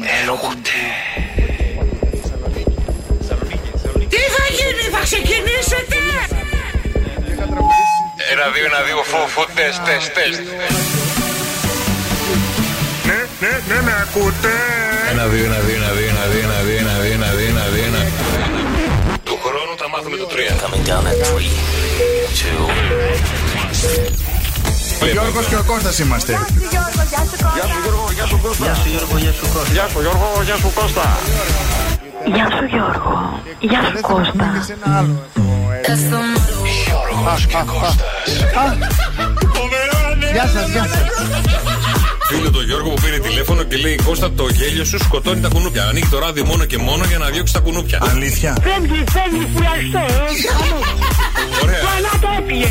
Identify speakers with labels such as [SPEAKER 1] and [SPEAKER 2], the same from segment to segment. [SPEAKER 1] μεγάλο Τι θα γίνει, θα ξεκινήσετε!
[SPEAKER 2] Ένα, δύο, ένα, δύο, φου, φου, τεστ, τεστ, τεστ.
[SPEAKER 3] Ναι, ναι, ναι, με ακούτε.
[SPEAKER 2] Ένα, δύο, ένα, δύο, ένα, δύο, ένα, δύο, ένα, δύο, ένα, δύο, ένα, δύο, ένα, δύο, ένα. Του χρόνου τα μάθουμε το τρία.
[SPEAKER 4] Coming down at three, two,
[SPEAKER 3] Ο Γιώργος και ο Κώστας είμαστε.
[SPEAKER 5] Γεια σου Γιώργο, γεια σου Κώστα.
[SPEAKER 4] Γεια σου Γιώργο, γεια σου Κώστα.
[SPEAKER 5] Γεια σου Γιώργο, γεια σου Κώστα.
[SPEAKER 6] Γεια
[SPEAKER 3] Δεν θα πούμε και
[SPEAKER 6] σου Γιώργο. Γεια σου Κώστα.
[SPEAKER 3] σε ένα άλλο. έχω, ε.
[SPEAKER 2] Γιώργος και Κώστας.
[SPEAKER 3] Γεια σας, γεια σας.
[SPEAKER 2] Φίλο το Γιώργο που πήρε τηλέφωνο και λέει Κώστα το γέλιο σου σκοτώνει τα κουνούπια. Ανοίγει το ράδι μόνο και μόνο για να διώξει τα κουνούπια.
[SPEAKER 3] Αλήθεια.
[SPEAKER 7] Φεύγει, φεύγει, φυλαχτό.
[SPEAKER 2] Ωραία.
[SPEAKER 7] ε. Καλά το έπιες.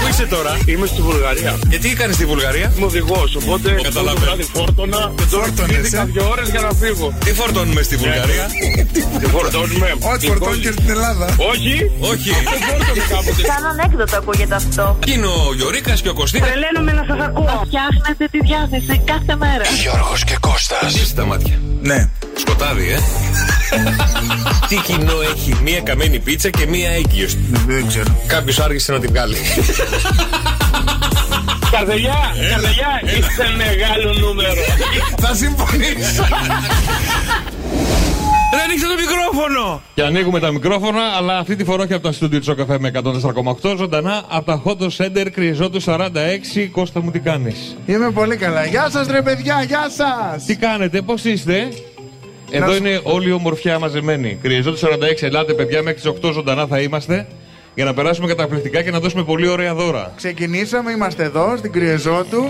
[SPEAKER 2] Πού είσαι τώρα,
[SPEAKER 8] Είμαι στη Βουλγαρία.
[SPEAKER 2] γιατί κάνεις στη Βουλγαρία.
[SPEAKER 8] Είμαι οδηγός, οπότε
[SPEAKER 2] Καταλαβαίνω.
[SPEAKER 8] το βράδυ φόρτωνα. Και τώρα
[SPEAKER 3] Φόρτωνες, ε.
[SPEAKER 8] πήγα δύο ώρες για να φύγω.
[SPEAKER 2] Τι φορτώνουμε στη Βουλγαρία.
[SPEAKER 8] Και φορτώνουμε.
[SPEAKER 3] Ό,τι φορτώνει και στην Ελλάδα.
[SPEAKER 8] Όχι,
[SPEAKER 2] Όχι.
[SPEAKER 8] δεν φόρτωνε κάποτε.
[SPEAKER 6] Σαν ανέκδοτο ακούγεται αυτό.
[SPEAKER 2] Είναι ο Γιωρίκας και ο Κωστίκα.
[SPEAKER 7] Τρελαίνομαι να σας ακούω.
[SPEAKER 6] Φτιάχνετε τη διάθεση κάθε μέρα.
[SPEAKER 2] Γιώργος και Κώστας. Κλείστε τα μάτια.
[SPEAKER 3] Ναι.
[SPEAKER 2] Σκοτάδι, ε. Τι κοινό έχει μία καμένη πίτσα και μία έγκυος.
[SPEAKER 3] Δεν ξέρω.
[SPEAKER 2] Κάποιος άργησε να τη βγάλει.
[SPEAKER 8] Καρδελιά, καρδελιά, είστε μεγάλο νούμερο.
[SPEAKER 3] Θα συμφωνήσω.
[SPEAKER 2] Δεν ανοίξε το μικρόφωνο!
[SPEAKER 9] Και ανοίγουμε τα μικρόφωνα, αλλά αυτή τη φορά όχι από τα στούντιο Τσο Καφέ με 104,8 ζωντανά από τα Χόντο Σέντερ Κρυζότου 46. Κώστα μου, τι κάνεις.
[SPEAKER 3] Είμαι πολύ καλά. Γεια σας ρε παιδιά, γεια σας.
[SPEAKER 9] Τι κάνετε, πώς είστε. Εδώ
[SPEAKER 3] σου-
[SPEAKER 9] είναι όλη η ομορφιά μαζεμένη. Κρυζότου 46, ελάτε παιδιά, μέχρι τις 8 ζωντανά θα είμαστε. Για να περάσουμε καταπληκτικά και να δώσουμε πολύ ωραία δώρα.
[SPEAKER 3] Ξεκινήσαμε, είμαστε εδώ στην Κρυεζότου.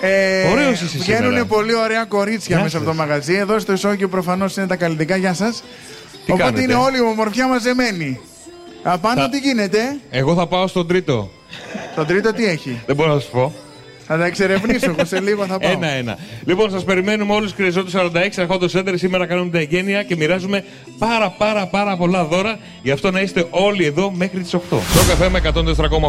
[SPEAKER 3] Ε,
[SPEAKER 9] Ωραίος είσαι σήμερα.
[SPEAKER 3] Βγαίνουν πολύ ωραία κορίτσια
[SPEAKER 9] Γεια
[SPEAKER 3] μέσα από το
[SPEAKER 9] σας.
[SPEAKER 3] μαγαζί. Εδώ στο Ισόγειο προφανώς είναι τα καλλιτικά. Γεια σας. Οπότε
[SPEAKER 9] κάνετε?
[SPEAKER 3] είναι όλη η ομορφιά μαζεμένη. Απάνω
[SPEAKER 9] Θα-
[SPEAKER 3] τι γίνεται. ε?
[SPEAKER 9] Εγώ θα πάω στον τρίτο.
[SPEAKER 3] Το τρίτο τι έχει.
[SPEAKER 9] Δεν μπορώ να σου πω.
[SPEAKER 3] Θα τα εξερευνήσω. Εγώ σε λίγο θα πάω.
[SPEAKER 9] Ένα-ένα. Λοιπόν, σας περιμένουμε όλους Κρυζότου 46 Αρχόντο Σέντερ. Σήμερα κάνουμε τα εγγένεια και μοιράζουμε πάρα πάρα πάρα πολλά δώρα. Γι' αυτό να είστε όλοι εδώ μέχρι τις 8. Το καφέ με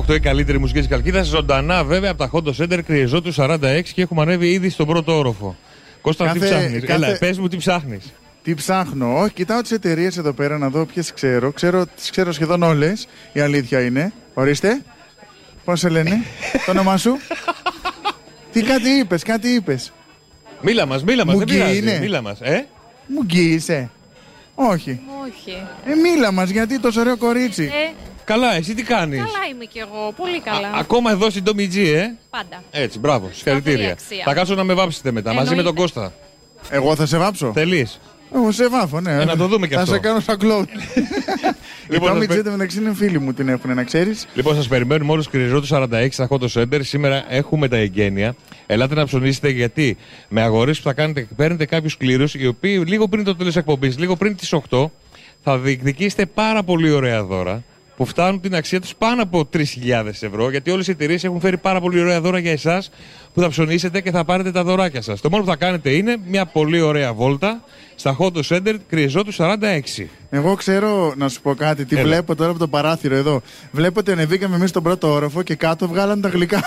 [SPEAKER 9] 104,8 η καλύτερη μουσική της Καλκίδας. Ζωντανά βέβαια από τα Χόντο Σέντερ Κρυζότου 46 και έχουμε ανέβει ήδη στον πρώτο όροφο. Κώστα, τι
[SPEAKER 3] Κάθε-
[SPEAKER 9] ψάχνεις.
[SPEAKER 3] κάθε-
[SPEAKER 9] Έλα, πες μου τι ψάχνεις.
[SPEAKER 3] Τι ψάχνω. Όχι, κοιτάω τις εταιρείες εδώ πέρα να δω ποιες ξέρω. ξέρω. Τις ξέρω σχεδόν όλες. Η αλήθεια είναι. Ορίστε. Πώς σε λένε. το όνομά σου. τι κάτι είπες, κάτι είπες.
[SPEAKER 9] Μίλα μας, μίλα μας. Δεν
[SPEAKER 3] Μουγκή
[SPEAKER 9] πειράζει.
[SPEAKER 3] είναι.
[SPEAKER 9] Μίλα μας. Ε?
[SPEAKER 3] Μου γκύησε. Όχι.
[SPEAKER 10] Όχι.
[SPEAKER 3] Ε, μίλα μας, γιατί το ωραίο κορίτσι.
[SPEAKER 10] Ε,
[SPEAKER 9] Καλά, εσύ τι κάνεις.
[SPEAKER 10] καλά είμαι κι εγώ. Πολύ καλά.
[SPEAKER 9] Ακόμα εδώ στην Tommy G, ε.
[SPEAKER 10] Πάντα.
[SPEAKER 9] Έτσι, μπράβο, συγχαρητήρια.
[SPEAKER 10] αξία.
[SPEAKER 9] Θα κάτσω να με βάψετε μετά μαζί με τον
[SPEAKER 10] Εννοείται.
[SPEAKER 9] Κώστα.
[SPEAKER 3] Εγώ θα σε βάψω.
[SPEAKER 9] Τελεί.
[SPEAKER 3] Εγώ σε βάφω, ναι.
[SPEAKER 9] Ε, να το δούμε κι
[SPEAKER 3] θα
[SPEAKER 9] αυτό.
[SPEAKER 3] σε κάνω σαν κλόουν.
[SPEAKER 9] Λοιπόν,
[SPEAKER 3] λοιπόν,
[SPEAKER 9] θα
[SPEAKER 3] μην
[SPEAKER 9] πε-
[SPEAKER 3] ξέρετε μεταξύ είναι φίλοι μου την έχουν, να ξέρεις.
[SPEAKER 9] Λοιπόν, σας περιμένουμε όλους του 46 στα Hot Center. Σήμερα έχουμε τα εγγένεια. Ελάτε να ψωνίσετε γιατί με αγορές που θα κάνετε, παίρνετε κάποιους κλήρους οι οποίοι λίγο πριν το τέλος εκπομπής, λίγο πριν τις 8, θα διεκδικήσετε πάρα πολύ ωραία δώρα που φτάνουν την αξία τους πάνω από 3.000 ευρώ. Γιατί όλες οι εταιρείες έχουν φέρει πάρα πολύ ωραία δώρα για εσάς που θα ψωνίσετε και θα πάρετε τα δωράκια σας. Το μόνο που θα κάνετε είναι μια πολύ ωραία βόλτα στα Hot Center Κρυεζό του 46.
[SPEAKER 3] Εγώ ξέρω να σου πω κάτι. Τι
[SPEAKER 9] Έλα.
[SPEAKER 3] βλέπω τώρα από το παράθυρο εδώ. Βλέπω ότι ανεβήκαμε εμείς στον πρώτο όροφο και κάτω βγάλαν τα γλυκά.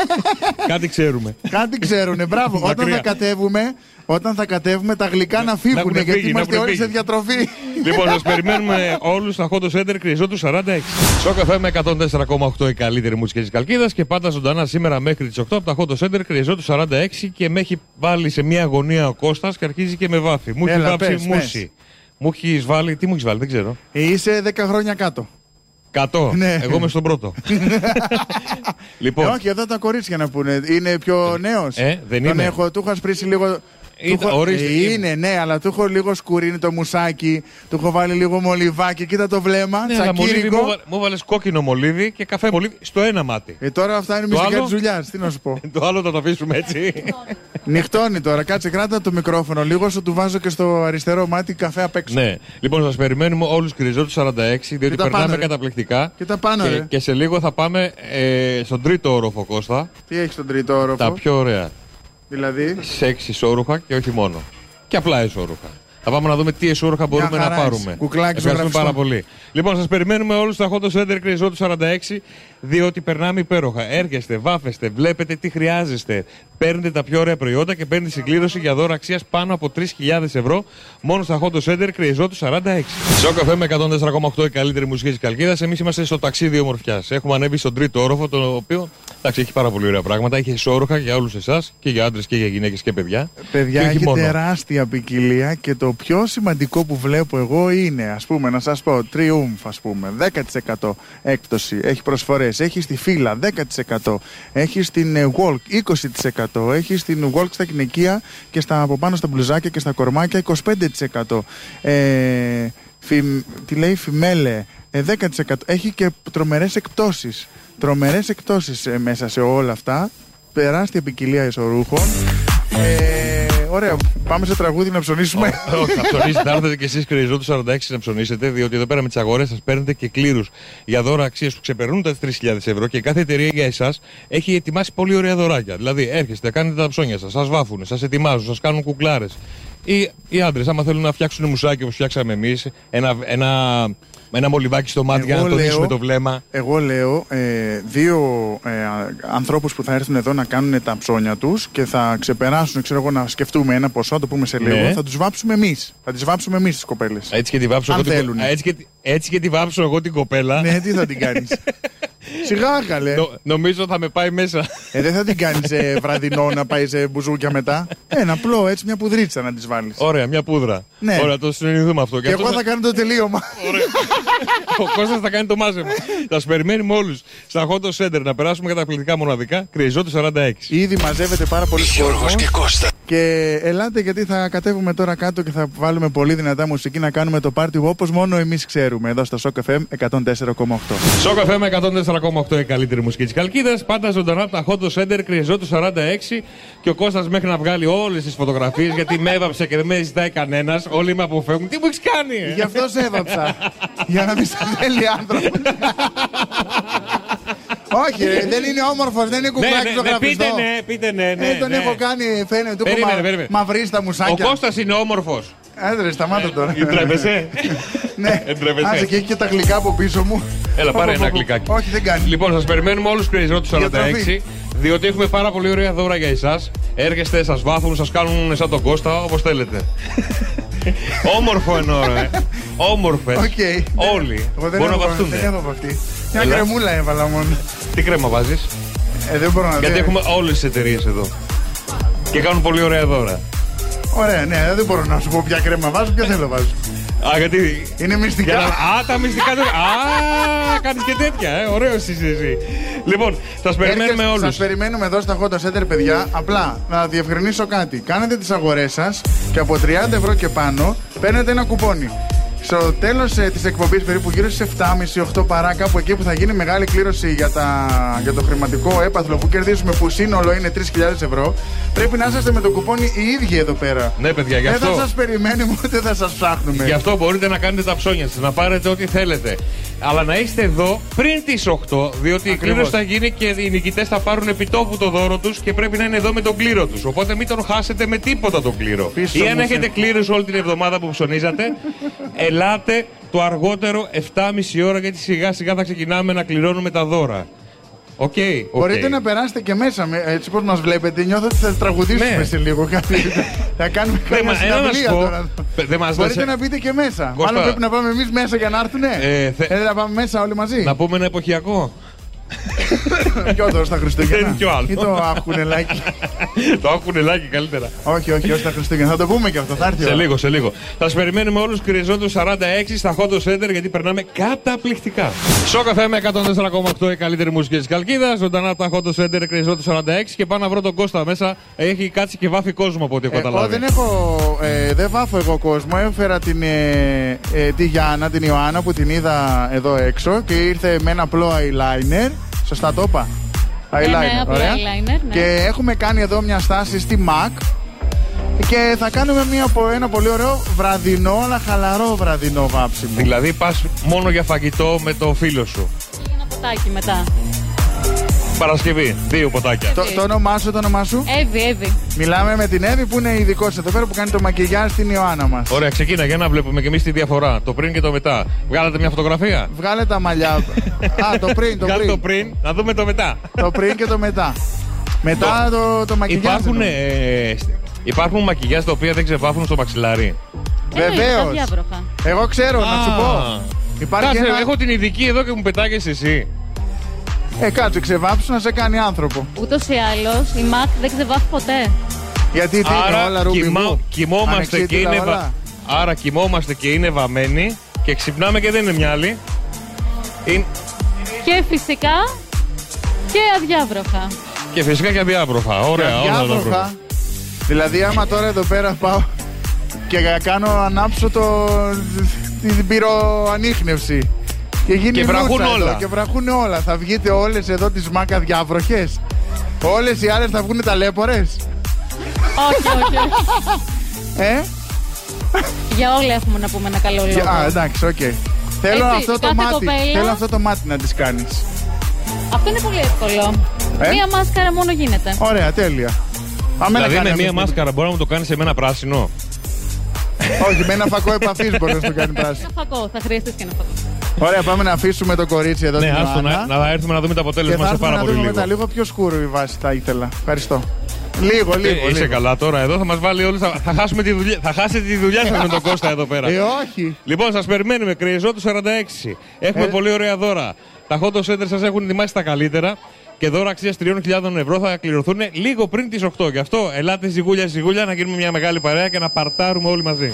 [SPEAKER 9] Κάτι ξέρουμε.
[SPEAKER 3] Κάτι ξέρουνε, μπράβο. όταν,
[SPEAKER 9] Μακριά.
[SPEAKER 3] θα κατέβουμε, όταν θα κατέβουμε, τα γλυκά να φύγουν.
[SPEAKER 9] έχουνε
[SPEAKER 3] γιατί
[SPEAKER 9] φύγει, να
[SPEAKER 3] είμαστε
[SPEAKER 9] έχουνε
[SPEAKER 3] όλοι σε
[SPEAKER 9] φύγει.
[SPEAKER 3] διατροφή.
[SPEAKER 9] Λοιπόν, σας περιμένουμε όλους στα Hot Center Κρυζό του 46. Στο καφέ με 104,8 η καλύτερη μουσική της Καλκίδας και πάντα ζωντανά σήμερα μέχρι τις 8 από τα Hot Center Κρυζό του 46 και με έχει βάλει σε μια αγωνία ο Κώστας και αρχίζει και με βάφει. Μου έχει
[SPEAKER 3] Έλα,
[SPEAKER 9] βάψει
[SPEAKER 3] πες,
[SPEAKER 9] μουσι. Μου έχεις βάλει. Τι μου έχεις βάλει, δεν ξέρω.
[SPEAKER 3] Είσαι 10 χρόνια κάτω.
[SPEAKER 9] 100.
[SPEAKER 3] Ναι.
[SPEAKER 9] Εγώ είμαι στον πρώτο.
[SPEAKER 3] Ε,
[SPEAKER 9] λοιπόν,
[SPEAKER 3] όχι, εδώ τα κορίτσια να πούνε. Είναι πιο νέος.
[SPEAKER 9] Ε, δεν
[SPEAKER 3] Τον
[SPEAKER 9] είναι.
[SPEAKER 3] έχω, του έχω ασπρίσει λίγο.
[SPEAKER 9] Ήταν-
[SPEAKER 3] του έχω-
[SPEAKER 9] ορίστε,
[SPEAKER 3] Ε,
[SPEAKER 9] είμαι.
[SPEAKER 3] είναι, ναι, αλλά του έχω λίγο σκουρίνει το μουσάκι, του έχω βάλει λίγο μολυβάκι. Κοίτα το βλέμμα,
[SPEAKER 9] ναι, αλλά μολύβι, μου,
[SPEAKER 3] τσακύρικο.
[SPEAKER 9] βα- μου βάλε κόκκινο μολύβι και καφέ μολύβι στο ένα μάτι.
[SPEAKER 3] Ε, τώρα αυτά είναι
[SPEAKER 9] Το
[SPEAKER 3] μυστικά
[SPEAKER 9] άλλο?
[SPEAKER 3] της δουλειάς. Τι να σου πω.
[SPEAKER 9] Το άλλο θα το αφήσουμε έτσι.
[SPEAKER 3] Νυχτώνει τώρα, κάτσε κράτα το μικρόφωνο λίγο, σου του βάζω και στο αριστερό μάτι καφέ απ' έξω.
[SPEAKER 9] Ναι. Λοιπόν, σας περιμένουμε όλους κρυζό του 46, διότι
[SPEAKER 3] Κοίτα
[SPEAKER 9] περνάμε
[SPEAKER 3] πάνω, ρε.
[SPEAKER 9] καταπληκτικά.
[SPEAKER 3] Κοίτα πάνω,
[SPEAKER 9] και,
[SPEAKER 3] ρε.
[SPEAKER 9] και σε λίγο θα πάμε ε, στον τρίτο όροφο, Κώστα.
[SPEAKER 3] Τι έχει τον τρίτο όροφο,
[SPEAKER 9] Τα πιο ωραία.
[SPEAKER 3] δηλαδή.
[SPEAKER 9] Σεξ ισόρουχα και όχι μόνο. Και απλά ισόρουχα. Θα πάμε να δούμε τι εσόρουχα μπορούμε να
[SPEAKER 3] χαρά είσαι.
[SPEAKER 9] πάρουμε.
[SPEAKER 3] Κουκλάκι στο
[SPEAKER 9] Ευχαριστούμε πάρα
[SPEAKER 3] γραφιστό.
[SPEAKER 9] πολύ. Λοιπόν, σας περιμένουμε όλους στα Hot Center Κρυζό του 46, διότι περνάμε υπέροχα. Έρχεστε, βάφεστε, βλέπετε τι χρειάζεστε. Παίρνετε τα πιο ωραία προϊόντα και παίρνετε συγκλήρωση για δώρα αξίας πάνω από 3.000 ευρώ μόνο στα Hot Center Κρυζό του 46. Σοκαφέ με 104,8 η καλύτερη μουσική της Καλκίδας. Εμείς είμαστε στο ταξίδι ομορφιάς. Έχουμε ανέβει στον τρίτο όροφο, το οποίο εντάξει, έχει πάρα πολύ ωραία πράγματα. Έχει εσόρουχα για όλους εσάς και για άντρες και για γυναίκες και παιδιά.
[SPEAKER 3] Παιδιά,
[SPEAKER 9] Και όχι
[SPEAKER 3] έχει
[SPEAKER 9] μόνο.
[SPEAKER 3] τεράστια ποικιλία και το πιο σημαντικό που βλέπω εγώ είναι, ας πούμε, να σας πω, Triumph, ας πούμε, 10% έκπτωση, έχει προσφορές, έχει στη Φύλλα 10%, έχει στην ε, Walk 20%, έχει στην Walk στα κυνηγεία και στα από πάνω στα μπλουζάκια και στα κορμάκια 25%. Ε, φι- τι λέει, Φιμέλε, ε, 10%. Έχει και τρομερές εκπτώσεις, τρομερές εκπτώσεις ε, μέσα σε όλα αυτά. Τεράστια ποικιλία ισορούχων. Ε, ωραία, πάμε σε τραγούδι να ψωνίσουμε.
[SPEAKER 9] Όχι, θα ψωνίσετε. Να έρθετε και εσεί κρυζό του 46 να ψωνίσετε, διότι εδώ πέρα με τις αγορές σας παίρνετε και κλήρους για δώρα αξίε που ξεπερνούν τα 3.000 ευρώ και κάθε εταιρεία για εσάς έχει ετοιμάσει πολύ ωραία δωράκια. Δηλαδή, έρχεστε, κάνετε τα ψώνια σας, σας βάφουν, σας ετοιμάζουν, σας κάνουν κουκλάρες. Ή οι άντρες, άμα θέλουν να φτιάξουν μουσάκι όπως φτιάξαμε εμείς, ένα, ένα, ένα μολυβάκι στο μάτι για να
[SPEAKER 3] Εγώ
[SPEAKER 9] τονίσουμε
[SPEAKER 3] λέω-
[SPEAKER 9] το βλέμμα.
[SPEAKER 3] Εγώ λέω ε, δύο ε, α- ανθρώπους που θα έρθουν εδώ να κάνουν τα ψώνια τους και θα ξεπεράσουν, ξέρω εγώ, να σκεφτούμε ένα ποσό, να το πούμε σε λίγο.
[SPEAKER 9] Ναι. Ε.
[SPEAKER 3] Θα τους βάψουμε εμείς. Θα τις βάψουμε εμείς τις κοπέλες.
[SPEAKER 9] Έτσι και τη βάψω,
[SPEAKER 3] Αν
[SPEAKER 9] εγώ την,
[SPEAKER 3] θέλουνε.
[SPEAKER 9] κο- έτσι, και, τη- έτσι και τη βάψω εγώ την κοπέλα.
[SPEAKER 3] ναι, τι θα την κάνεις. Σιγά καλέ.
[SPEAKER 9] Νο- νομίζω θα με πάει μέσα.
[SPEAKER 3] Ε, δεν θα την κάνεις ε, βραδινό να πάει σε μπουζούκια μετά. Ένα απλό έτσι μια πουδρίτσα να τις βάλεις.
[SPEAKER 9] Ωραία, μια πούδρα.
[SPEAKER 3] Ναι.
[SPEAKER 9] Ωραία, το συνειδητοποιούμε αυτό.
[SPEAKER 3] Και
[SPEAKER 9] αυτό
[SPEAKER 3] εγώ
[SPEAKER 9] με-
[SPEAKER 3] θα κάνω το τελείωμα.
[SPEAKER 9] Ο Κώστας θα κάνει το μάζεμα. θα σου περιμένουμε όλους στα Hot Center να περάσουμε καταπληκτικά μοναδικά. Κρυζό του 46.
[SPEAKER 3] Ήδη μαζεύεται πάρα πολύ
[SPEAKER 4] Γιώργος
[SPEAKER 3] κόσμο.
[SPEAKER 4] και Κώστα.
[SPEAKER 3] Και ελάτε γιατί θα κατέβουμε τώρα κάτω και θα βάλουμε πολύ δυνατά μουσική να κάνουμε το πάρτι όπως μόνο εμείς ξέρουμε εδώ στο Shock FM 104,8.
[SPEAKER 9] Στο καφέ με 104,8 η καλύτερη μουσική της Καλκίδας. Πάντα ζωντανά από τα Hot Center. Κρυζό του 46. Και ο Κώστας μέχρι να βγάλει όλες τις φωτογραφίες γιατί με έβαψε και δεν με ζητάει κανένας. Όλοι με αποφεύγουν. Τι μου έχεις κάνει, ε?
[SPEAKER 3] Γι' αυτό σε έβαψα. Για να μην σε θέλει άνθρωπο. Όχι, ρε, δεν είναι όμορφος, δεν είναι
[SPEAKER 9] Ναι,
[SPEAKER 3] κουμπάκι
[SPEAKER 9] ναι,
[SPEAKER 3] το
[SPEAKER 9] ναι, πείτε
[SPEAKER 3] γραφιστό.
[SPEAKER 9] ναι, πείτε ναι. ναι
[SPEAKER 3] Ε, τον
[SPEAKER 9] ναι.
[SPEAKER 3] έχω κάνει, φαίνεται, του έχω
[SPEAKER 9] Περίμενε,
[SPEAKER 3] μα-
[SPEAKER 9] περίμενε.
[SPEAKER 3] μαυρίσει τα
[SPEAKER 9] Ο
[SPEAKER 3] μουσάκια.
[SPEAKER 9] Κώστας είναι όμορφος.
[SPEAKER 3] Άντρε, σταμάτα τώρα.
[SPEAKER 9] Τρέπεσαι.
[SPEAKER 3] Ναι,
[SPEAKER 9] Ε, ντρέπεσαι.
[SPEAKER 3] Άσε και έχει και τα γλυκά από πίσω μου.
[SPEAKER 9] Έλα,
[SPEAKER 3] Πω,
[SPEAKER 9] πάρε
[SPEAKER 3] πω,
[SPEAKER 9] ένα
[SPEAKER 3] πω.
[SPEAKER 9] κλικάκι.
[SPEAKER 3] Όχι, δεν κάνει.
[SPEAKER 9] Λοιπόν, σας περιμένουμε όλους Crazy Road του 46,
[SPEAKER 3] Διατροφή.
[SPEAKER 9] διότι έχουμε πάρα πολύ ωραία δώρα για εσάς. Έρχεστε, σας βάφουν, σας κάνουν σαν τον Κώστα, όπως θέλετε. Όμορφο εννοώ, ρε. Όμορφες.
[SPEAKER 3] Οκ.
[SPEAKER 9] Όλοι
[SPEAKER 3] Εγώ δεν
[SPEAKER 9] μπορούν να
[SPEAKER 3] έχω-
[SPEAKER 9] βαφτούν. ε.
[SPEAKER 3] Δεν έχω βαφτεί. Μια
[SPEAKER 9] Έλα.
[SPEAKER 3] κρεμούλα έβαλα μόνο.
[SPEAKER 9] Τι κρέμα βάζεις,
[SPEAKER 3] Ε, δεν μπορώ να
[SPEAKER 9] Γιατί
[SPEAKER 3] δεν-
[SPEAKER 9] έχουμε όλες τις εταιρείες εδώ. Και κάνουν πολύ ωραία δώρα.
[SPEAKER 3] Ωραία, ναι, δεν μπορώ να σου πω ποια κρέμα βάζω, ποια θέλω βάζω.
[SPEAKER 9] Α, γιατί.
[SPEAKER 3] Είναι
[SPEAKER 9] Για να...
[SPEAKER 3] μυστικά.
[SPEAKER 9] Α, τα μυστικά του. Α, κάνεις και τέτοια, ε. Ωραίος είσαι εσύ. Λοιπόν, σας περιμένουμε όλους.
[SPEAKER 3] Σας περιμένουμε εδώ στα Hot Center, παιδιά. Απλά να διευκρινίσω κάτι. Κάνετε τις αγορές σας και από 30 ευρώ και πάνω παίρνετε ένα κουπόνι. Στο τέλος ε, της εκπομπής, περίπου γύρω στις 7.30-8 παρά, κάπου εκεί που θα γίνει μεγάλη κλήρωση για, τα, για το χρηματικό έπαθλο που κερδίζουμε, που σύνολο είναι 3.000 ευρώ, πρέπει να είσαστε με το κουπόνι οι ίδιοι εδώ πέρα.
[SPEAKER 9] Ναι, παιδιά, γι'
[SPEAKER 3] Δεν
[SPEAKER 9] αυτό.
[SPEAKER 3] θα σας περιμένουμε, ούτε θα σας ψάχνουμε.
[SPEAKER 9] Γι' αυτό μπορείτε να κάνετε τα ψώνια σας, να πάρετε ό,τι θέλετε. Αλλά να είστε εδώ πριν τις 8, διότι η κλήρωση θα γίνει και οι νικητές θα πάρουν επιτόπου το δώρο τους και πρέπει να είναι εδώ με τον κλήρο τους. Οπότε μην τον χάσετε με τίποτα τον κλήρο.
[SPEAKER 3] Πίσω ε.
[SPEAKER 9] Ή αν
[SPEAKER 3] μου
[SPEAKER 9] έχετε
[SPEAKER 3] σε-
[SPEAKER 9] κλήρωση όλη την εβδομάδα που ψωνίζατε, ελάτε το αργότερο 7.30 ώρα γιατί σιγά σιγά θα ξεκινάμε να κληρώνουμε τα δώρα. Οκ. οκ.
[SPEAKER 3] Μπορείτε να περάσετε και μέσα, με- έτσι πως μας βλέπετε. Νιώθω ότι θα τραγουδήσουμε
[SPEAKER 9] Ναι.
[SPEAKER 3] σε λίγο κάτι. θα κάνουμε
[SPEAKER 9] μα,
[SPEAKER 3] κάποια
[SPEAKER 9] ένα να
[SPEAKER 3] συναυλία
[SPEAKER 9] σου πω,
[SPEAKER 3] τώρα.
[SPEAKER 9] πε- δεν μας
[SPEAKER 3] Μπορείτε
[SPEAKER 9] δώσε-
[SPEAKER 3] να μπείτε και μέσα.
[SPEAKER 9] Κώστα.
[SPEAKER 3] Μάλλον πρέπει να πάμε εμείς μέσα για να έρθουνε.
[SPEAKER 9] Ε, θε-
[SPEAKER 3] Θέλετε να πάμε μέσα όλοι μαζί.
[SPEAKER 9] Να πούμε ένα εποχιακό.
[SPEAKER 3] Ποιο τώρα στα Χριστούγεννα.
[SPEAKER 9] Δεν, ποιο άλλος.
[SPEAKER 3] Ή το αχουνελάκι.
[SPEAKER 9] το άκουνελάκι καλύτερα.
[SPEAKER 3] όχι, όχι, όχι τα Χριστούγεννα. Θα το πούμε και αυτό. Θα έρθει. η
[SPEAKER 9] Σε
[SPEAKER 3] ώρα.
[SPEAKER 9] λίγο, σε λίγο. Θα σας περιμένουμε όλους κρυζόντους 46 στα Hot Center γιατί περνάμε καταπληκτικά. Σοκαφέ με 104,8 η καλύτερη μουσική της Καλκίδας. Ζωντανά από τα Hot Center κρυζόντους 46 και πάω να βρω τον Κώστα μέσα. Έχει κάτσει και βάφει κόσμο από ό,τι έχω
[SPEAKER 3] Ε, Εγώ
[SPEAKER 9] καταλάβει.
[SPEAKER 3] δεν έχω. Ε, δεν βάφω εγώ κόσμο. Έφερα την, ε, ε, τη Γιάννα, την Ιωάννα που την είδα εδώ έξω και ήρθε με ένα απλό eyeliner. Σωστά το είπα. Eyeliner.
[SPEAKER 10] ναι, απλό
[SPEAKER 3] ωραία.
[SPEAKER 10] eyeliner, ναι.
[SPEAKER 3] Και έχουμε κάνει εδώ μια στάση στη MAC και θα κάνουμε μια, πο- ένα πολύ ωραίο βραδινό, αλλά χαλαρό βραδινό βάψιμο.
[SPEAKER 9] Δηλαδή πας μόνο για φαγητό με το φίλο σου.
[SPEAKER 10] Και για ένα ποτάκι μετά.
[SPEAKER 9] Παρασκευή. Δύο ποτάκια.
[SPEAKER 3] Το, το όνομά σου, το όνομά
[SPEAKER 10] Ε.
[SPEAKER 3] σου.
[SPEAKER 10] Εύη,
[SPEAKER 11] Ε,
[SPEAKER 10] Εύη.
[SPEAKER 3] Μιλάμε με την Εύη που είναι ειδικός εδώ πέρα που κάνει το μακιγιάζ στην Ιωάννα μας.
[SPEAKER 9] Ωραία, ξεκίνα για να βλέπουμε και εμείς τη διαφορά. Το πριν και το μετά. Βγάλατε μια φωτογραφία.
[SPEAKER 3] Βγάλε τα μαλλιά. Α, το πριν, το
[SPEAKER 9] Βγάλε
[SPEAKER 3] πριν.
[SPEAKER 9] το πριν, να δούμε το μετά.
[SPEAKER 3] το πριν και το μετά. Μετά το, το μακιγιάζ.
[SPEAKER 9] Υπάρχουν, ε, υπάρχουν μακιγιάζ τα οποία δεν ξεβάφουν στο μαξιλάρι.
[SPEAKER 3] Βεβαίως.
[SPEAKER 11] τα διάβροχα.
[SPEAKER 3] Εγώ ξέρω, να σου πω. Υπάρχει
[SPEAKER 9] Κάτσε,
[SPEAKER 3] ένα-
[SPEAKER 9] έχω την ειδική εδώ και μου πετάγεσαι εσύ.
[SPEAKER 3] Ε, κάτσε, ξεβάψου να σε κάνει άνθρωπο.
[SPEAKER 11] Ούτως ή άλλως η ΜΑΚ δεν ξεβάφει ποτέ.
[SPEAKER 3] Γιατί τι είναι
[SPEAKER 9] Άρα
[SPEAKER 3] όλα ρούμπι
[SPEAKER 9] κοιμά-
[SPEAKER 3] μου.
[SPEAKER 9] κοιμόμαστε και
[SPEAKER 3] Ανεξίτηλα
[SPEAKER 9] είναι βα-
[SPEAKER 3] όλα.
[SPEAKER 9] Άρα κοιμόμαστε και είναι βαμμένοι και ξυπνάμε και δεν είναι μυαλί. Είναι...
[SPEAKER 11] Και φυσικά και αδιάβροχα.
[SPEAKER 9] Και φυσικά και αδιάβροφα. Ωραία, όλα τα
[SPEAKER 3] Διάβροχα.
[SPEAKER 9] πράγματα.
[SPEAKER 3] Δηλαδή, άμα τώρα εδώ πέρα πάω και κάνω ανάψω το, την πυροανίχνευση. Και γίνει
[SPEAKER 9] Και βραχούν
[SPEAKER 3] νούτσα εδώ,
[SPEAKER 9] όλα.
[SPEAKER 3] Και βραχούν όλα. Θα βγείτε όλες εδώ τις μάκα διάβροχες. Όλες οι άλλες θα βγουν ταλέπορε.
[SPEAKER 11] όχι, όχι.
[SPEAKER 3] Ε?
[SPEAKER 11] Για όλα έχουμε να πούμε ένα καλό λόγο.
[SPEAKER 3] Και- Α, εντάξει, οκ. Θέλω,
[SPEAKER 11] Ε, Έτσι,
[SPEAKER 3] αυτό το
[SPEAKER 11] κάθε
[SPEAKER 3] μάτι,
[SPEAKER 11] κοπέλα-
[SPEAKER 3] θέλω αυτό το μάτι να τις κάνεις.
[SPEAKER 11] Αυτό είναι πολύ εύκολο.
[SPEAKER 3] Ε?
[SPEAKER 11] Μία μάσκαρα μόνο γίνεται.
[SPEAKER 3] Ωραία, τέλεια. Πάμε να
[SPEAKER 9] Δηλαδή
[SPEAKER 3] κάνει
[SPEAKER 9] με μία
[SPEAKER 3] αυτό.
[SPEAKER 9] μάσκαρα μπορεί να μου το κάνεις σε μένα πράσινο.
[SPEAKER 3] Όχι, με ένα φακό επαφής μπορείς να σου κάνει πράσινο.
[SPEAKER 11] Ένα φακό, θα χρειαστείς και ένα φακό.
[SPEAKER 3] Ωραία, πάμε να αφήσουμε το κορίτσι εδώ
[SPEAKER 9] Ναι,
[SPEAKER 3] στην
[SPEAKER 9] άστο να,
[SPEAKER 3] Ιωάννα.
[SPEAKER 9] να έρθουμε να δούμε το
[SPEAKER 3] Και
[SPEAKER 9] αποτέλεσμα
[SPEAKER 3] θα
[SPEAKER 9] σε
[SPEAKER 3] έρθουμε να
[SPEAKER 9] πάρα πολύ
[SPEAKER 3] δούμε
[SPEAKER 9] λίγο.
[SPEAKER 3] μετά λίγο πιο σκούρο η βάση θα ήθελα. Ευχαριστώ. Λίγο, λίγο.
[SPEAKER 9] Ε, Είσαι
[SPEAKER 3] λίγο.
[SPEAKER 9] καλά τώρα εδώ, θα μας βάλει όλους. Θα, θα, χάσουμε τη δουλειά, θα χάσετε τη δουλειά σας με τον Κώστα εδώ πέρα.
[SPEAKER 3] Ε, όχι.
[SPEAKER 9] Λοιπόν, σας περιμένουμε. Κρυεζό του 46. Έχουμε
[SPEAKER 3] Ε.
[SPEAKER 9] πολύ ωραία δώρα. Τα Hot Center σας έχουν ετοιμάσει τα καλύτερα και δώρα αξίας 3.000 ευρώ θα κληρωθούν λίγο πριν τις 8. Γι' αυτό ελάτε ζυγούλια ζυγούλια να γίνουμε μια μεγάλη παρέα και να παρτάρουμε όλοι μαζί.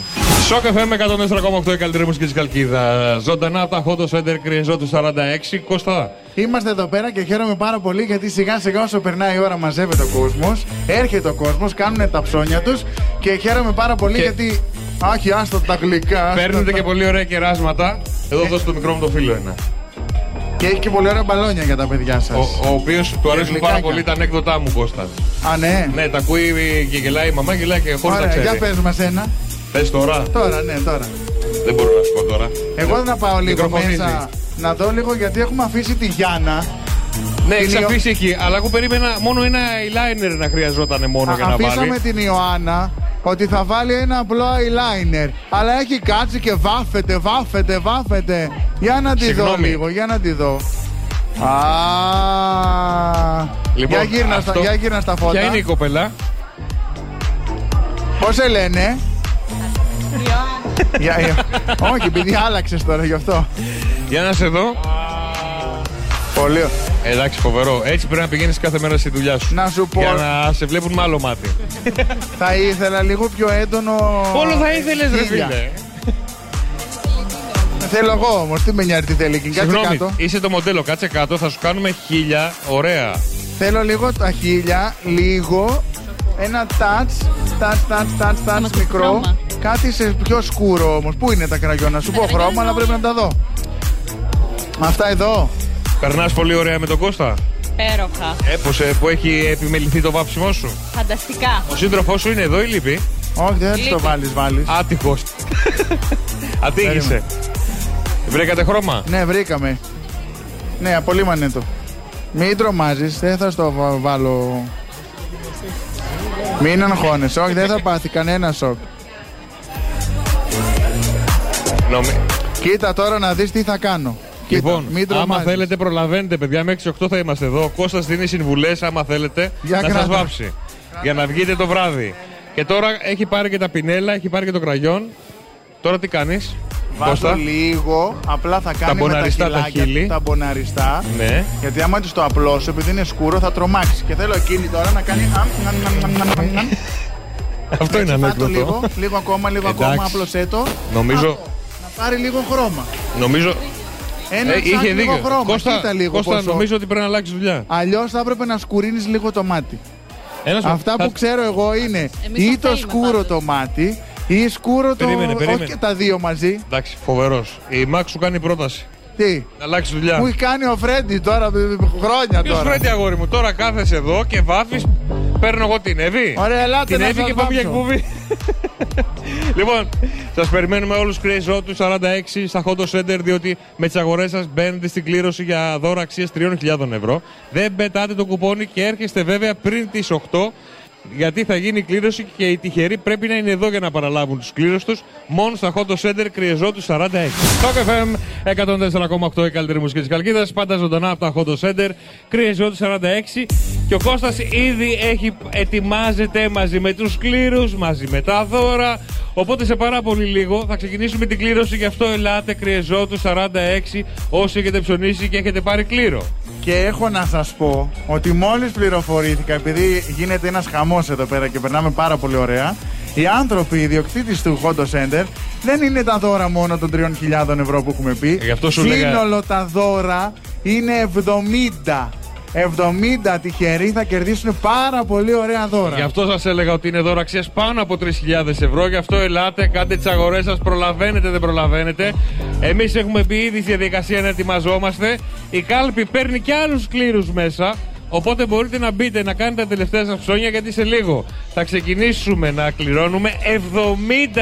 [SPEAKER 9] Σοκ FM 104,8 η καλύτερη μουσική της Καλκίδα. Ζωντανά από τα Hot Center Κρυεζό του 46. Κώστα.
[SPEAKER 3] Είμαστε εδώ πέρα και χαίρομαι πάρα πολύ γιατί σιγά σιγά όσο περνάει η ώρα μαζεύεται ο κόσμος. Έρχεται ο κόσμος, κάνουν τα ψώνια τους και χαίρομαι πάρα πολύ
[SPEAKER 9] Και-
[SPEAKER 3] γιατί. Άχι, άστα τα γλυκά. άστα Ε.
[SPEAKER 9] Παίρνετε
[SPEAKER 3] τα-
[SPEAKER 9] και πολύ ωραία κεράσματα. Εδώ δώστε το μικρό μου το φίλο ένα.
[SPEAKER 3] Και έχει και πολύ ωραία μπαλόνια για τα παιδιά σας.
[SPEAKER 9] Ο, ο οποίος του αρέσουν
[SPEAKER 3] γλυκάκια.
[SPEAKER 9] πάρα πολύ τα ανέκδοτά μου, Κώστα.
[SPEAKER 3] Α, ναι.
[SPEAKER 9] Ναι, τα ακούει και γελάει η μαμά, γελάει και χωρίς να
[SPEAKER 3] Ωραία, για
[SPEAKER 9] ξέρει.
[SPEAKER 3] πες μας ένα.
[SPEAKER 9] Πες τώρα.
[SPEAKER 3] Τώρα, ναι, τώρα.
[SPEAKER 9] Δεν μπορώ να σου πω τώρα.
[SPEAKER 3] Εγώ να πάω λίγο
[SPEAKER 9] Μικροφωνίζει.
[SPEAKER 3] μέσα να δω λίγο γιατί έχουμε αφήσει τη Γιάννα.
[SPEAKER 9] Ναι,
[SPEAKER 3] Την
[SPEAKER 9] έχει
[SPEAKER 3] Ιω-
[SPEAKER 9] αφήσει εκεί, αλλά εγώ περίμενα μόνο ένα eyeliner να χρειαζόταν μόνο για να
[SPEAKER 3] Αφήσαμε
[SPEAKER 9] βάλει.
[SPEAKER 3] την Ιωάννα ότι θα βάλει ένα απλό eyeliner. Αλλά έχει κάτσει και βάφεται, βάφεται, βάφεται. Για να τη δω
[SPEAKER 9] Συγγνώμη.
[SPEAKER 3] λίγο, για να τη δω. Α,
[SPEAKER 9] Λοιπόν,
[SPEAKER 3] για, γύρνα στα,
[SPEAKER 9] αυτό-
[SPEAKER 3] για γύρνα στα φώτα.
[SPEAKER 9] Ποια είναι η κοπέλα,
[SPEAKER 3] Πώς σε λένε? για, για- όχι, επειδή άλλαξες τώρα γι' αυτό.
[SPEAKER 9] για να σε δω.
[SPEAKER 3] Πολύ. ω-
[SPEAKER 9] Εντάξει, φοβερό. Έτσι πρέπει να πηγαίνεις κάθε μέρα στη δουλειά σου.
[SPEAKER 3] Να σου πω,
[SPEAKER 9] Για να σε βλέπουν με άλλο μάτι.
[SPEAKER 3] θα ήθελα λίγο πιο έντονο...
[SPEAKER 9] Όλο θα ήθελες, ρε
[SPEAKER 3] χίλια.
[SPEAKER 9] φίλε.
[SPEAKER 3] Θέλω εγώ όμως, τι με νοιάζει τη θέλει. Κάτσε
[SPEAKER 9] Συγγνώμη,
[SPEAKER 3] κάτω.
[SPEAKER 9] είσαι το μοντέλο, κάτσε κάτω, θα σου κάνουμε χίλια. Ωραία.
[SPEAKER 3] Θέλω λίγο τα χίλια, λίγο, ένα touch, touch, touch, touch,
[SPEAKER 11] μας
[SPEAKER 3] touch
[SPEAKER 11] πει
[SPEAKER 3] μικρό.
[SPEAKER 11] χρώμα.
[SPEAKER 3] Κάτι σε πιο σκούρο όμως. Πού είναι τα κραγιόνα, σου πω χρώμα, αλλά πρέπει να τα δω. Αυτά εδώ.
[SPEAKER 9] Περνάς πολύ ωραία με τον Κώστα.
[SPEAKER 11] Πέροχα.
[SPEAKER 9] Ε, που, σε- που έχει επιμεληθεί το βάψιμό σου.
[SPEAKER 11] Φανταστικά.
[SPEAKER 9] Ο σύντροφός σου είναι εδώ ή λείπει.
[SPEAKER 3] Όχι, δεν θα το
[SPEAKER 11] Λείπει.
[SPEAKER 3] βάλεις, βάλεις.
[SPEAKER 9] Άτυχος. Ατύχησε. Βρήκατε χρώμα.
[SPEAKER 3] Ναι, βρήκαμε. Ναι, απολύμανε το. Μην τρομάζεις, δεν θα στο βα- βάλω... Μην αγχώνεσαι, όχι, δεν θα πάθει κανένα σοκ.
[SPEAKER 9] Νομι-
[SPEAKER 3] Κοίτα τώρα να δεις τι θα κάνω. Κοίτα,
[SPEAKER 9] Λοιπόν,
[SPEAKER 3] μην
[SPEAKER 9] άμα
[SPEAKER 3] τρομάζεις.
[SPEAKER 9] θέλετε, προλαβαίνετε, παιδιά. Μέχρι 8 θα είμαστε εδώ. Ο Κώστας δίνει συμβουλές, άμα θέλετε,
[SPEAKER 3] Για
[SPEAKER 9] να σας
[SPEAKER 3] κράτα.
[SPEAKER 9] βάψει. Για να βγείτε το βράδυ. Και τώρα έχει πάρει και τα πινέλα, έχει πάρει και το κραγιόν. Τώρα τι κάνεις,
[SPEAKER 3] Βάζω λίγο, απλά θα κάνει
[SPEAKER 9] μποναριστά
[SPEAKER 3] με
[SPEAKER 9] τα
[SPEAKER 3] τα χυλάκια
[SPEAKER 9] χείλη.
[SPEAKER 3] του τα μποναριστά.
[SPEAKER 9] Ναι.
[SPEAKER 3] Γιατί άμα της το απλώσω, επειδή είναι σκούρο, θα τρομάξεις. Και θέλω εκείνη τώρα να κάνει. αμ, ναμ, ναμ, ναμ, ναμ, ναμ.
[SPEAKER 9] Αυτό είναι
[SPEAKER 3] Φάτω λίγο,
[SPEAKER 9] ανέκδοτο.
[SPEAKER 3] λίγο ακόμα, λίγο ακόμα,
[SPEAKER 9] Εντάξει.
[SPEAKER 3] απλωσέ το.
[SPEAKER 9] Νομίζω,
[SPEAKER 3] Να πάρει λίγο χρώμα.
[SPEAKER 9] νομίζω.
[SPEAKER 3] Ένα
[SPEAKER 9] Ε,
[SPEAKER 3] τσακ
[SPEAKER 9] είχε
[SPEAKER 3] λίγο
[SPEAKER 9] δίκιο.
[SPEAKER 3] χρώμα.
[SPEAKER 9] Κώστα,
[SPEAKER 3] Κοίτα λίγο
[SPEAKER 9] Κώστα,
[SPEAKER 3] πόσο.
[SPEAKER 9] νομίζω ότι πρέπει να αλλάξεις δουλειά.
[SPEAKER 3] Αλλιώς θα έπρεπε να σκουρίνεις λίγο το μάτι.
[SPEAKER 9] Ένας
[SPEAKER 3] Αυτά
[SPEAKER 9] θα-
[SPEAKER 3] που ξέρω εγώ είναι
[SPEAKER 11] Εμείς
[SPEAKER 3] ή
[SPEAKER 11] το
[SPEAKER 3] το
[SPEAKER 11] θέλουμε
[SPEAKER 3] σκούρο
[SPEAKER 11] πάντως.
[SPEAKER 3] το μάτι ή σκούρο το.
[SPEAKER 9] Περίμενε, περίμενε.
[SPEAKER 3] Όχι και τα δύο μαζί.
[SPEAKER 9] Εντάξει, φοβερός. Η Μάξ σου κάνει πρόταση.
[SPEAKER 3] Τι.
[SPEAKER 9] Να αλλάξεις δουλειά.
[SPEAKER 3] Μου έχει κάνει ο Φρέντι τώρα χρόνια
[SPEAKER 9] Ποιος
[SPEAKER 3] τώρα.
[SPEAKER 9] φρέντι, αγόρι μου, τώρα κάθεσαι εδώ και βάφεις. Παίρνω εγώ την Εύη.
[SPEAKER 3] Ωραία, ελάτε
[SPEAKER 9] την
[SPEAKER 3] να
[SPEAKER 9] Εύη
[SPEAKER 3] σας
[SPEAKER 9] και πάμε για
[SPEAKER 3] βάψω.
[SPEAKER 9] εκπομπή. λοιπόν, σας περιμένουμε όλους Crazy Road του 46 στα Hot Center, διότι με τις αγορές σας μπαίνετε στην κλήρωση για δώρα αξίας 3.000 ευρώ. Δεν πετάτε το κουπόνι και έρχεστε βέβαια πριν τις 8. Γιατί θα γίνει η κλήρωση και οι τυχεροί πρέπει να είναι εδώ για να παραλάβουν τους κλήρου του μόνο στα Hot Center Κρυεζό του 46. Talk FM 104,8 η καλύτερη μουσική της Καλκίδας. Πάντα ζωντανά από τα Hot Center Κρυεζό του 46. Και ο Κώστας ήδη έχει, ετοιμάζεται μαζί με τους κλήρους, μαζί με τα δώρα. Οπότε σε πάρα πολύ λίγο θα ξεκινήσουμε την κλήρωση. Γι' αυτό ελάτε Κρυεζό του 46 όσοι έχετε ψωνίσει και έχετε πάρει κλήρο.
[SPEAKER 3] Και έχω να σας πω ότι μόλις πληροφορήθηκα, επειδή γίνεται ένας χαμός εδώ πέρα και περνάμε πάρα πολύ ωραία, οι άνθρωποι, οι ιδιοκτήτες του Honda Center, δεν είναι τα δώρα μόνο των 3.000 ευρώ που έχουμε πει.
[SPEAKER 9] Γι' αυτό σου λέγα-
[SPEAKER 3] Σύνολο τα δώρα είναι 70. 70 τυχεροί θα κερδίσουν πάρα πολύ ωραία δώρα.
[SPEAKER 9] Γι' αυτό σας έλεγα ότι είναι δώρο αξίας πάνω από 3.000 ευρώ. Γι' αυτό ελάτε, κάντε τις αγορές σας, προλαβαίνετε, δεν προλαβαίνετε. Εμείς έχουμε μπει ήδη στη διαδικασία να ετοιμαζόμαστε. Η κάλπη παίρνει και άλλους κλήρους μέσα. Οπότε μπορείτε να μπείτε να κάνετε τα τελευταία σας ψώνια γιατί σε λίγο θα ξεκινήσουμε να κληρώνουμε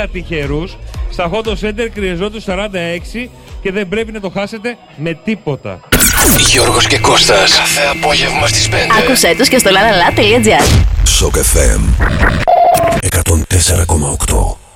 [SPEAKER 9] 70 τυχερούς στα Hot Center Κρυεζό τους 46 και δεν πρέπει να το χάσετε με τίποτα.
[SPEAKER 4] Γιώργος και Κώστας. Κάθε απόγευμα στις 5.
[SPEAKER 12] Άκουσέ τους και στο lalala.gr
[SPEAKER 13] Shock FM 104,8